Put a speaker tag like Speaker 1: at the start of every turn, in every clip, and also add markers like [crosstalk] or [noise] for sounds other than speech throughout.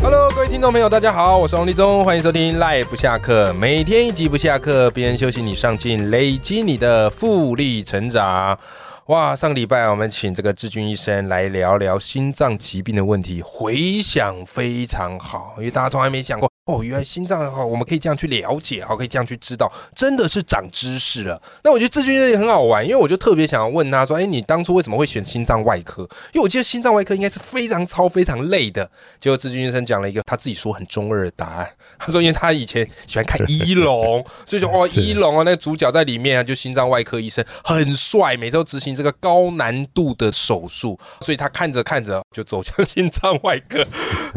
Speaker 1: Hello，各位听众朋友，大家好，我是王立中，欢迎收听《赖不下课》，每天一集不下课，别人休息你上进，累积你的复利成长。哇，上个礼拜我们请这个志军医生来聊聊心脏疾病的问题，回想非常好，因为大家从来没想过哦，原来心脏哈，我们可以这样去了解，好，可以这样去知道，真的是长知识了。那我觉得志军医生也很好玩，因为我就特别想要问他说，哎，你当初为什么会选心脏外科？因为我记得心脏外科应该是非常超、非常累的。结果志军医生讲了一个他自己说很中二的答案，他说因为他以前喜欢看一龙，所以说哦，
Speaker 2: 是
Speaker 1: 一龙啊，那个主角在里面啊，就心脏外科医生很帅，每周执行这个高难度的手术，所以他看着看着就走向心脏外科，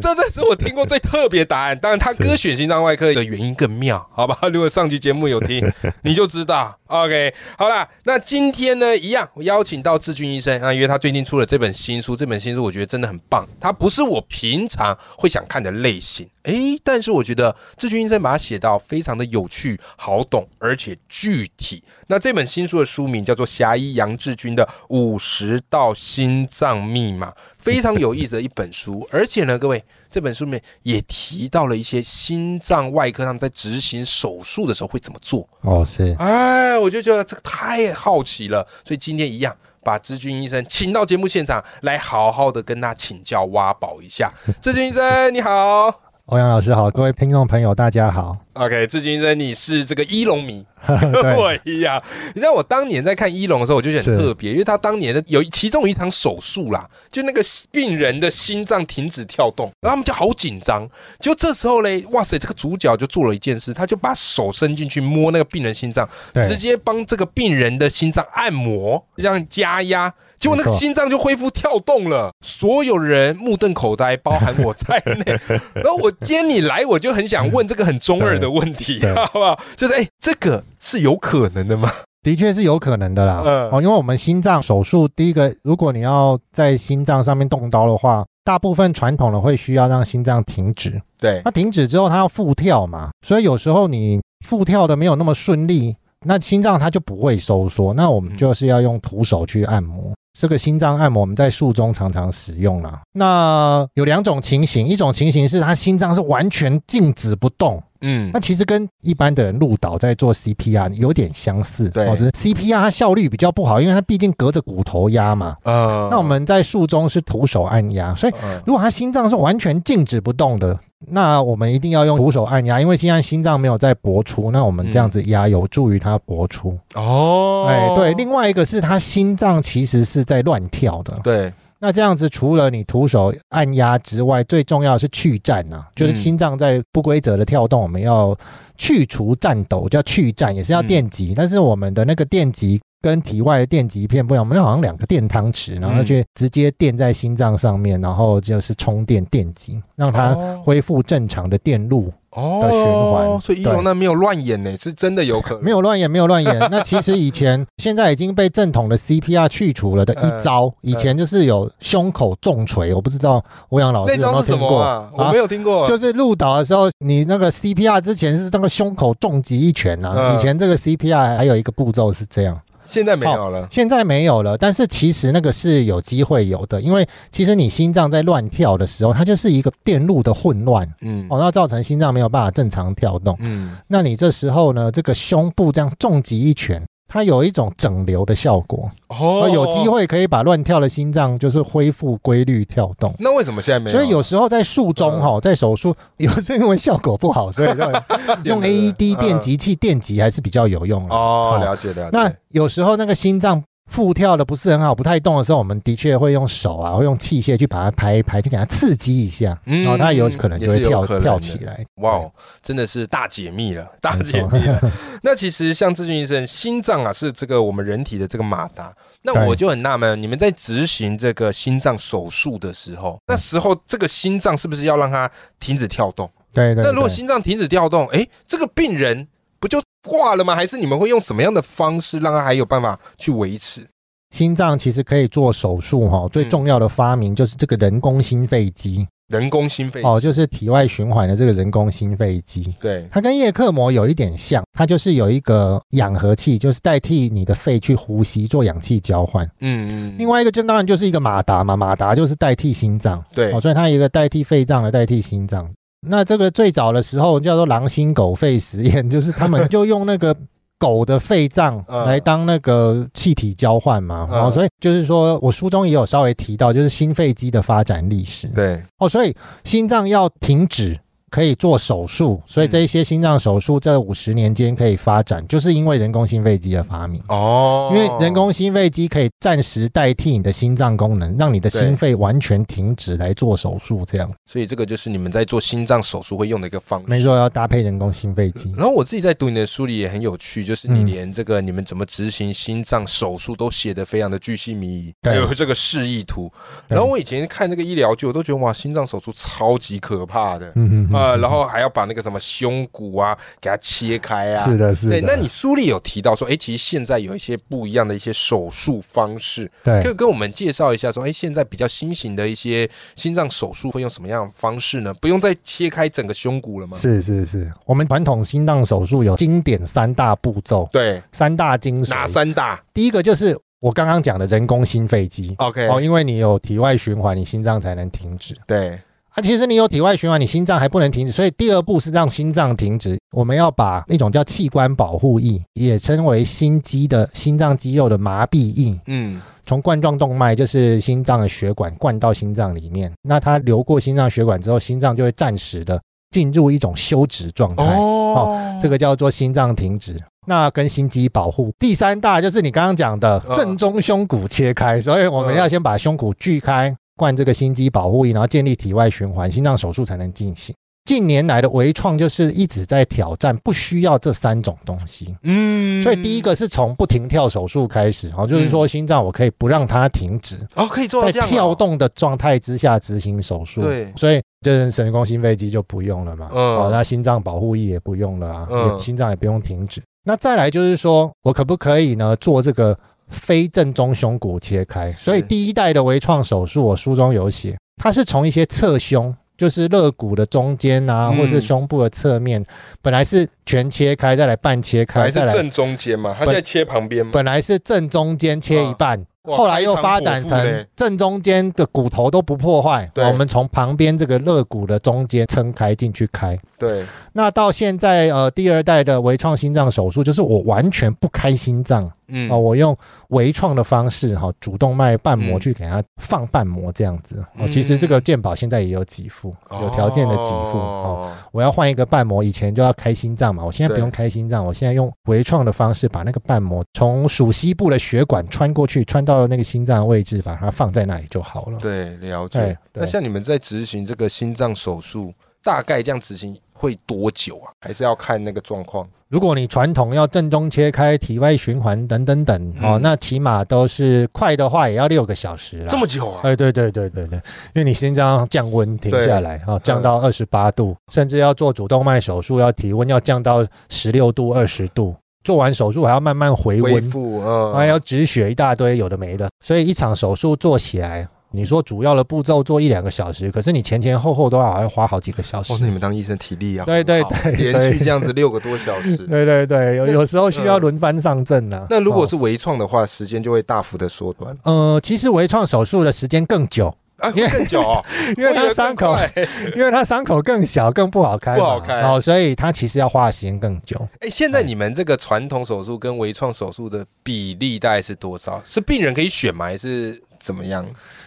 Speaker 1: 这才是我听过最特别答案。当然，他哥选心脏外科的原因更妙，好吧？如果上期节目有听，你就知道。OK，好啦，那今天呢，一样我邀请到志军医生啊，因为他最近出了这本新书，这本新书我觉得真的很棒，它不是我平常会想看的类型，诶，但是我觉得志军医生把它写到非常的有趣、好懂，而且具体。那这本新书的书名叫做《侠医杨志军的五十道心脏密码》，非常有意思的一本书，而且呢，各位这本书里面也提到了一些心脏外科他们在执行手术的时候会怎么做。
Speaker 2: 哦，是
Speaker 1: 哎，我就觉得这个太好奇了，所以今天一样把志军医生请到节目现场来，好好的跟他请教挖宝一下。志军医生你好
Speaker 2: 欧阳老师好，各位听众朋友大家好。
Speaker 1: ，OK，志军医生你是这个一龙
Speaker 2: [laughs]
Speaker 1: 迷，跟
Speaker 2: 对，
Speaker 1: 我 [laughs] 一样。你知道我当年在看一龙的时候，我就觉得很
Speaker 2: 是
Speaker 1: 特别，因为他当年的有一其中有一场手术啦，就那个病人的心脏停止跳动，然后他们就好紧张。就这时候嘞，哇塞，这个主角就做了一件事，他就把手伸进去摸那个病人心脏，
Speaker 2: 对
Speaker 1: 直接帮这个病人的心脏按摩，这样加压。结果那个
Speaker 2: 没错
Speaker 1: 心脏就恢复跳动了，所有人目瞪口呆，包含我在内。
Speaker 2: [laughs]
Speaker 1: 然后我今天你来，我就很想问这个很中二的问题，
Speaker 2: 对
Speaker 1: 好不好？就是哎、这个是有可能的吗？
Speaker 2: 的确是有可能的啦。
Speaker 1: 嗯
Speaker 2: 哦，因为我们心脏手术，第一个，如果你要在心脏上面动刀的话，大部分传统的会需要让心脏停止。
Speaker 1: 对
Speaker 2: 那停止之后，它要复跳嘛，所以有时候你复跳的没有那么顺利，那心脏它就不会收缩。那我们就是要用徒手去按摩。这个心脏按摩我们在术中常常使用啦。那有两种情形，一种情形是它心脏是完全静止不动，
Speaker 1: 嗯
Speaker 2: 那，其实跟一般的人入岛在做 CPR 有点相似，
Speaker 1: 对
Speaker 2: 哦只是 CPR 它效率比较不好，因为它毕竟隔着骨头压嘛。
Speaker 1: 呃
Speaker 2: 那我们呃在术中是徒手按压，所以
Speaker 1: 嗯
Speaker 2: 如果他心脏是完全静止不动的，那我们一定要用徒手按压，因为现在心脏没有在搏出，那我们这样子压有助于它搏出。
Speaker 1: 嗯哦，
Speaker 2: 哎，对，另外一个是他心脏其实是在乱跳的，
Speaker 1: 对
Speaker 2: 那这样子，除了你徒手按压之外，最重要的是去颤
Speaker 1: 嗯
Speaker 2: 啊，就是心脏在不规则的跳动，我们要去除颤抖，叫去颤，也是要电极，
Speaker 1: 嗯
Speaker 2: 但是我们的那个电极。跟体外的电极片不一样，我们那好像两个电汤匙，然后
Speaker 1: 嗯
Speaker 2: 就直接电在心脏上面，然后就是充电电极，让它
Speaker 1: 哦
Speaker 2: 恢复正常的电路。
Speaker 1: 哦
Speaker 2: 的循环
Speaker 1: 所以一
Speaker 2: 对
Speaker 1: 龙那没有乱演呢，是真的有可能
Speaker 2: 没有乱演，没有
Speaker 1: [laughs]
Speaker 2: 乱演。那其实以前现在已经被正统的 CPR 去除了的
Speaker 1: 呃
Speaker 2: 一招，以前就是有胸口重锤，我不知道欧阳老师
Speaker 1: 那
Speaker 2: 有没
Speaker 1: 招
Speaker 2: 有
Speaker 1: 是什
Speaker 2: 听
Speaker 1: 么
Speaker 2: 过
Speaker 1: 啊？我没有听过，
Speaker 2: [laughs] 就是入岛的时候，你那个 CPR 之前是那个胸口重击一拳呐、啊。
Speaker 1: 嗯
Speaker 2: 以前这个 CPR 还有一个步骤是这样，
Speaker 1: 现在没有了。
Speaker 2: 现在没有了。但是其实那个是有机会有的，因为其实你心脏在乱跳的时候，它就是一个电路的混乱，
Speaker 1: 嗯
Speaker 2: 哦，那造成心脏没有办法正常跳动。
Speaker 1: 嗯，
Speaker 2: 那你这时候呢，这个胸部这样重击一拳。它有一种整流的效果，
Speaker 1: 哦
Speaker 2: 哦，有机。会可以把乱跳的心脏就是恢复规律跳动。
Speaker 1: 那为什么现在没有？嗯
Speaker 2: 所以有时候在术中哈，在手术有时候因为效果不好，所以就
Speaker 1: [laughs]
Speaker 2: 用 AED 电
Speaker 1: 嗯
Speaker 2: 极器电极还是比较有用的。
Speaker 1: 哦，
Speaker 2: 好
Speaker 1: 了解了解。
Speaker 2: 啊那有时候那个心脏复跳的不是很好，不太动的时候，我们的确会用手啊，会用器械去把它拍一拍，去给它刺激一下，
Speaker 1: 嗯
Speaker 2: 然后它哦有可能就会
Speaker 1: 也是有
Speaker 2: 跳
Speaker 1: 可能的
Speaker 2: 跳起来。
Speaker 1: 哇哦，真的是大解密了，大解密
Speaker 2: [laughs]
Speaker 1: 了。那其实像志俊医生，心脏啊是这个我们人体的这个马达。那
Speaker 2: 对
Speaker 1: 我就很纳闷，你们在执行这个心脏手术的时
Speaker 2: 嗯
Speaker 1: 候，那时候这个心脏是不是要让它停止跳动？
Speaker 2: 对对对。
Speaker 1: 那如果心脏停止跳动，诶，这个病人不就挂了吗？还是你们会用什么样的方式让他还有办法去维持？
Speaker 2: 心脏其实可以做手术哈、最
Speaker 1: 嗯
Speaker 2: 重要的发明就是这个人工心肺机
Speaker 1: 人工心肺
Speaker 2: 哦，就是体外循环的这个人工心肺机。
Speaker 1: 对，
Speaker 2: 它跟叶克膜有一点像，它就是有一个氧合器，就是代替你的肺去呼吸，做氧气交换。
Speaker 1: 嗯嗯，
Speaker 2: 另外一个就当然就是一个马达嘛，马达就是代替心脏，
Speaker 1: 对
Speaker 2: 哦，所以它有一个代替肺脏的，代替心脏。那这个最早的时候叫做狼心狗肺实验，就是他们就用那个狗的肺脏
Speaker 1: 嗯
Speaker 2: 来当那个气体交换嘛，
Speaker 1: 嗯
Speaker 2: 哦，所以就是说我书中也有稍微提到，就是心肺机的发展历史。
Speaker 1: 对，
Speaker 2: 哦，所以心脏要停止可以做手术，所
Speaker 1: 嗯
Speaker 2: 以这一些心脏手术这五十年间可以发展，就是因为人工心肺机的发明。
Speaker 1: 哦，
Speaker 2: 因为人工心肺机可以暂时代替你的心脏功能，让你的心肺完全停止来做手术，这样
Speaker 1: 所以这个就是你们在做心脏手术会用的一个方法。
Speaker 2: 没错，要搭配人工心肺机。
Speaker 1: 然后我自己在读你的书里也很有趣，就是你
Speaker 2: 嗯
Speaker 1: 连这个你们怎么执行心脏手术都写得非常的巨细靡遗，
Speaker 2: 对
Speaker 1: 还有这个示意图。
Speaker 2: 对
Speaker 1: 然后我以前看这个医疗剧，我都觉得哇，心脏手术超级可怕的
Speaker 2: 嗯嗯，
Speaker 1: 啊、然后还要把那个什么胸骨啊给它切开啊。
Speaker 2: 是的，是
Speaker 1: 对，
Speaker 2: 的，
Speaker 1: 那你书里有提到说，哎，其实现在有一些不一样的一些手术方式，可
Speaker 2: 对
Speaker 1: 以跟我们介绍一下说，哎，现在比较新型的一些心脏手术会用什么样的方式呢？不用再切开整个胸骨了吗？
Speaker 2: 是是是，我们传统心脏手术有经典三大步骤，
Speaker 1: 对，
Speaker 2: 三大精
Speaker 1: 哪
Speaker 2: 髓。
Speaker 1: 三大
Speaker 2: 第一个就是我刚刚讲的人工心肺机
Speaker 1: ？OK，
Speaker 2: 哦，因为你有体外循环，你心脏才能停止。
Speaker 1: 对，
Speaker 2: 啊，其实你有体外循环，你心脏还不能停止，所以第二步是让心脏停止。我们要把一种叫器官保护液，也称为心肌的心脏肌肉的麻痹液，
Speaker 1: 嗯，
Speaker 2: 从冠状动脉就是心脏的血管灌到心脏里面。那它流过心脏血管之后，心脏就会暂时的进入一种休止状态，
Speaker 1: 哦
Speaker 2: 哎这个叫做心脏停止。那跟心肌保护，第三大就是你刚刚讲的
Speaker 1: 嗯
Speaker 2: 正中胸骨切开，所以我们
Speaker 1: 嗯
Speaker 2: 要先把胸骨锯开，灌这个心肌保护液，然后建立体外循环，心脏手术才能进行。近年来的微创就是一直在挑战不需要这三种东西，
Speaker 1: 嗯
Speaker 2: 所以第一个是从不停跳手术开始，哦，就是说心脏我可以不让它停止，
Speaker 1: 哦，可以做到
Speaker 2: 在
Speaker 1: 这样哦
Speaker 2: 跳，动的状态之下执行手术，
Speaker 1: 对
Speaker 2: 所以就是神功心肺机就不用了嘛，
Speaker 1: 嗯
Speaker 2: 哦，那心脏保护液也不用了啊，
Speaker 1: 嗯
Speaker 2: 也心脏也不用停止。那再来就是说我可不可以呢做这个非正中胸骨切开？所以第一代的微创手术，我书中有写，它是从一些侧胸。就是肋骨的中间啊，
Speaker 1: 嗯
Speaker 2: 或是胸部的侧面，本来是全切开，再来半切
Speaker 1: 还
Speaker 2: 开，
Speaker 1: 是
Speaker 2: 再来
Speaker 1: 正中间嘛？它现在切旁边嘛？
Speaker 2: 本来是正中间切一半，
Speaker 1: 嗯哇
Speaker 2: 后来又发展
Speaker 1: 开膛破腹
Speaker 2: 成
Speaker 1: 嘞
Speaker 2: 正中间的骨头都不破坏，
Speaker 1: 对
Speaker 2: 我们从旁边这个肋骨的中间撑开进去开。
Speaker 1: 对，
Speaker 2: 那到现在呃第二代的微创心脏手术，就是我完全不开心脏
Speaker 1: 嗯
Speaker 2: 哦，我用微创的方式哈、主动脉瓣膜
Speaker 1: 嗯
Speaker 2: 去给它放瓣膜这样子。哦，
Speaker 1: 嗯
Speaker 2: 其实这个健保现在也有给付，有条件的给付哦。我要换一个瓣膜，以前就要开心脏嘛，我现在不
Speaker 1: 对
Speaker 2: 用开心脏，我现在用微创的方式把那个瓣膜从属膝部的血管穿过去，穿到那个心脏的位置，把它放在那里就好了。
Speaker 1: 对，了
Speaker 2: 对
Speaker 1: 解。
Speaker 2: 哎对
Speaker 1: 那像你们在执行这个心脏手术，大概这样执行会多久啊？还是要看那个状况。
Speaker 2: 如果你传统要正中切开、体外循环等等等、哦，
Speaker 1: 嗯
Speaker 2: 那起码都是快的话也要六个小时啦。
Speaker 1: 么久啊？
Speaker 2: 哎，对对对对对，因为你心脏降温停下来啊、哦，降到二十八度，甚至要做主动脉手术，要体温要降到十六度、二十度。做完手术还要慢慢回
Speaker 1: 恢
Speaker 2: 温，哎
Speaker 1: 复，嗯，
Speaker 2: 还要止血一大堆，有的没的。所以一场手术做起来，你说主要的步骤做一两个小时，可是你前前后后都要要花好几个小时
Speaker 1: 哦，。那你们当医生体力啊，
Speaker 2: 对对
Speaker 1: 很好
Speaker 2: 对所
Speaker 1: 连
Speaker 2: 以
Speaker 1: 续这样子六个多小时。
Speaker 2: [laughs] [laughs] 对对对，有有时候需要
Speaker 1: 嗯
Speaker 2: 轮番上阵呢、啊
Speaker 1: 那如果
Speaker 2: 哦
Speaker 1: 是微创的话，时间就会大幅的缩短，
Speaker 2: 呃，其实微创手术的时间更久，
Speaker 1: 啊，会更久哦，
Speaker 2: [laughs] 因为
Speaker 1: 我以
Speaker 2: 它
Speaker 1: 更
Speaker 2: 伤口，
Speaker 1: 快
Speaker 2: 因为它伤口更小，更不好开嘛，
Speaker 1: 不好开
Speaker 2: 哦，所以它其实要花的时间更久。
Speaker 1: 哎，现在你们这个传统手术跟微创手术的比例大概是多少？是病人可以选吗？还是怎么样？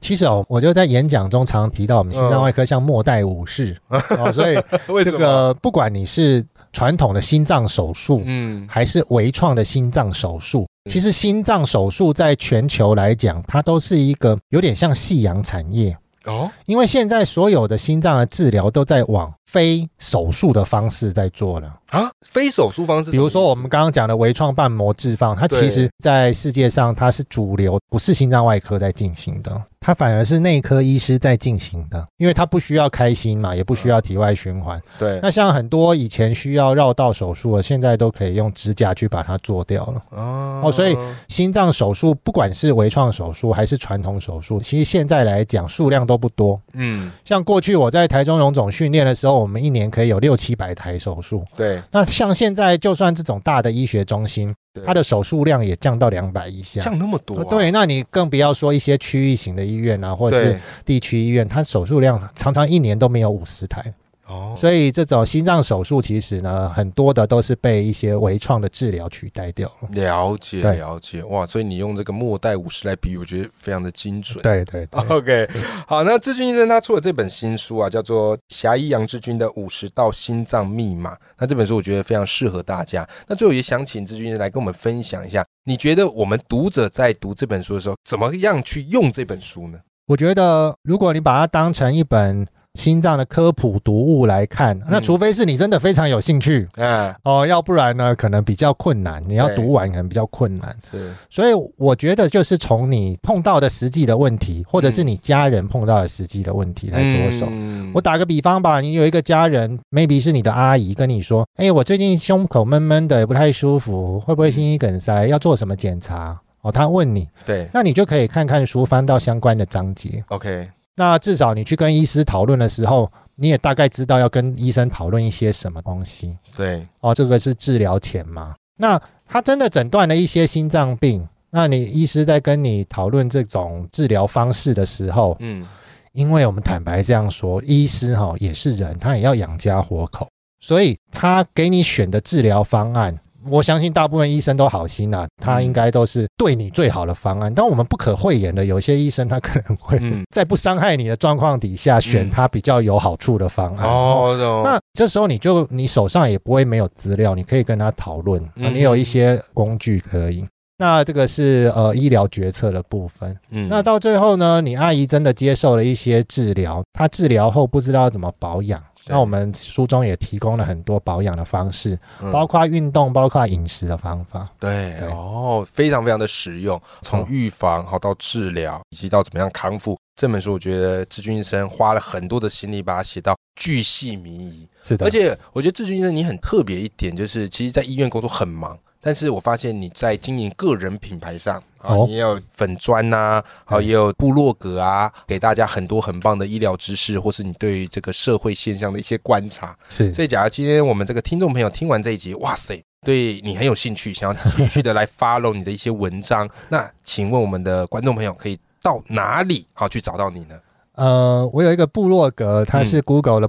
Speaker 2: 其实哦，我就在演讲中常提到，我们心脏外科像末代武士，
Speaker 1: [laughs]
Speaker 2: 哦，所以
Speaker 1: 嗯为
Speaker 2: 这个不管你是传统的心脏手术，
Speaker 1: 嗯，
Speaker 2: 还是微创的心脏手术。
Speaker 1: 嗯
Speaker 2: 其实心脏手术在全球来讲，它都是一个有点像夕阳产业，
Speaker 1: 哦，
Speaker 2: 因为现在所有的心脏的治疗都在往非手术的方式在做了。
Speaker 1: 啊，非手术方式，
Speaker 2: 比如说我们刚刚讲的微创瓣膜置放，它
Speaker 1: 对
Speaker 2: 其实在世界上它是主流，不是心脏外科在进行的，它反而是内科医师在进行的，因为它不需要开心嘛，也不需要体外循环。
Speaker 1: 对
Speaker 2: 那像很多以前需要绕道手术的，现在都可以用指甲去把它做掉了。
Speaker 1: 哦
Speaker 2: 哦所以心脏手术不管是微创手术还是传统手术，其实现在来讲数量都不多。
Speaker 1: 嗯，
Speaker 2: 像过去我在台中荣总训练的时候，我们一年可以有六七百台手术。
Speaker 1: 对，
Speaker 2: 那像现在，就算这种大的医学中心，
Speaker 1: 对
Speaker 2: 它的手术量也降到两百以下。
Speaker 1: 降那么多
Speaker 2: 呃
Speaker 1: 啊，
Speaker 2: 对，那你更不要说一些区域型的医院啊，或者是
Speaker 1: 对，
Speaker 2: 地区医院，它手术量常常一年都没有五十台。
Speaker 1: 哦，
Speaker 2: 所以这种心脏手术其实呢，很多的都是被一些微创的治疗取代掉
Speaker 1: 哦
Speaker 2: 了。
Speaker 1: 了解
Speaker 2: 对
Speaker 1: 了解，哇，所以你用这个末代五十来比喻，我觉得非常的精准。
Speaker 2: 对对对
Speaker 1: [laughs] OK，好，那志军医生他出了这本新书啊，叫做《侠医杨志军的五十道心脏密码》。那这本书我觉得非常适合大家。那最后也想请志军医生来跟我们分享一下，你觉得我们读者在读这本书的时候，怎么样去用这本书呢？
Speaker 2: 我觉得如果你把它当成一本心脏的科普读物来看，那
Speaker 1: 嗯
Speaker 2: 除非是你真的非常有兴趣
Speaker 1: 啊，
Speaker 2: 哦，要不然呢，可能比较困难，你要
Speaker 1: 对
Speaker 2: 读完可能比较困难。
Speaker 1: 啊是
Speaker 2: 所以我觉得就是从你碰到的实际的问题，或者是你家人碰到的实际的问题来着手。
Speaker 1: 嗯
Speaker 2: 我打个比方吧，你有一个家人，maybe 是你的阿姨跟你说：“哎，我最近胸口闷闷的，也不太舒服，会不会心肌梗塞？要做什么检查？”哦，他问你，
Speaker 1: 对
Speaker 2: 那你就可以看看书，翻到相关的章节。
Speaker 1: OK，
Speaker 2: 那至少你去跟医师讨论的时候，你也大概知道要跟医生讨论一些什么东西。
Speaker 1: 对
Speaker 2: 哦，这个是治疗前嘛？那他真的诊断了一些心脏病，那你医师在跟你讨论这种治疗方式的时候，
Speaker 1: 嗯
Speaker 2: 因为我们坦白这样说，医师哈、也是人，他也要养家活口，所以他给你选的治疗方案。我相信大部分医生都好心啦、他应该都是对你最好的方案。但我们不可讳言的，有些医生他可能会
Speaker 1: 嗯
Speaker 2: [laughs] 在不伤害你的状况底下，选
Speaker 1: 嗯
Speaker 2: 他比较有好处的方案。
Speaker 1: 哦哦
Speaker 2: 那这时候你就你手上也不会没有资料，你可以跟他讨论，啊、
Speaker 1: 嗯
Speaker 2: 你有一些工具可以。那这个是呃医疗决策的部分。
Speaker 1: 嗯
Speaker 2: 那到最后呢，你阿姨真的接受了一些治疗，她治疗后不知道怎么保养。
Speaker 1: 对
Speaker 2: 那我们书中也提供了很多保养的方式，
Speaker 1: 嗯
Speaker 2: 包括运动，包括饮食的方法。
Speaker 1: 对
Speaker 2: 对
Speaker 1: 哦，非常非常的实用，从
Speaker 2: 嗯
Speaker 1: 预防好到治疗，以及到怎么样康复。这本书我觉得志军医生花了很多的心力把它写到巨细靡遗，
Speaker 2: 是的，
Speaker 1: 而且我觉得志军医生你很特别一点，就是其实，在医院工作很忙。但是我发现你在经营个人品牌上啊，
Speaker 2: 哦
Speaker 1: 你也有粉砖呐、啊，
Speaker 2: 嗯
Speaker 1: 也有部落格啊，给大家很多很棒的医疗知识，或是你对于这个社会现象的一些观察。
Speaker 2: 是
Speaker 1: 所以，假如今天我们这个听众朋友听完这一集，哇塞，对你很有兴趣，想要继续的来 follow 你的一些文章，那请问我们的观众朋友可以到哪里好去找到你呢？
Speaker 2: 呃，我有一个部落格，它
Speaker 1: 嗯
Speaker 2: 是 Google 的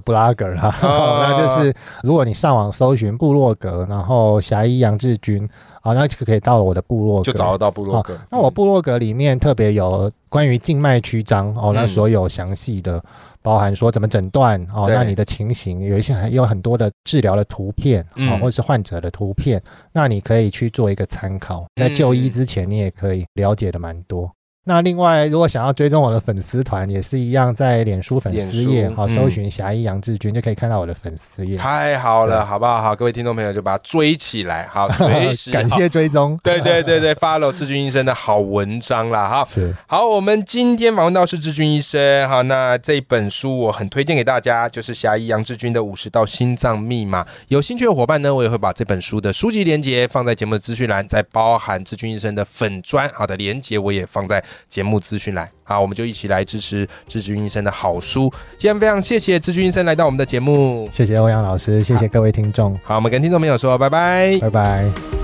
Speaker 1: [laughs]
Speaker 2: Blogger 啦，哦
Speaker 1: 啊
Speaker 2: 那就是如果你上网搜寻部落格，然后侠医杨志军啊，那就可以到我的部落格
Speaker 1: 就找得。到部落格。
Speaker 2: 那我部落格里面特别有关于静脉曲张哦，那
Speaker 1: 嗯
Speaker 2: 所有详细的，包含说怎么诊断哦，
Speaker 1: 对
Speaker 2: 那你的情形有一些还有很多的治疗的图片哦
Speaker 1: 嗯，
Speaker 2: 或者是患者的图片，那你可以去做一个参
Speaker 1: 嗯
Speaker 2: 考，在就医之前你也可以了解的蛮多。那另外，如果想要追踪我的粉丝团，也是一样，在脸书粉丝页
Speaker 1: 脸书
Speaker 2: 哦，
Speaker 1: 嗯
Speaker 2: 搜寻侠医杨志军就可以看到我的粉丝
Speaker 1: [laughs]
Speaker 2: 页。
Speaker 1: 太好了，
Speaker 2: 对
Speaker 1: 好不好？好，各位听众朋友就把它追起来，好，随时
Speaker 2: [laughs] 感
Speaker 1: 好。
Speaker 2: 谢追踪，
Speaker 1: 对对对对，follow 志军医生的好文章啦，哈。
Speaker 2: 是
Speaker 1: 好，我们今天访问到是志军医生，好，那这本书我很推荐给大家，就是侠医杨志军的《五十道心脏密码》。有兴趣的伙伴呢，我也会把这本书的书籍连接放在节目的资讯栏，再包含志军医生的粉砖，好的连接我也放在节目资讯栏。好，我们就一起来支持志军医生的好书。今天非常谢谢志军医生来到我们的节目，
Speaker 2: 谢谢欧阳老师，谢谢各位听众，
Speaker 1: 好，我们跟听众朋友说拜拜。
Speaker 2: 拜拜。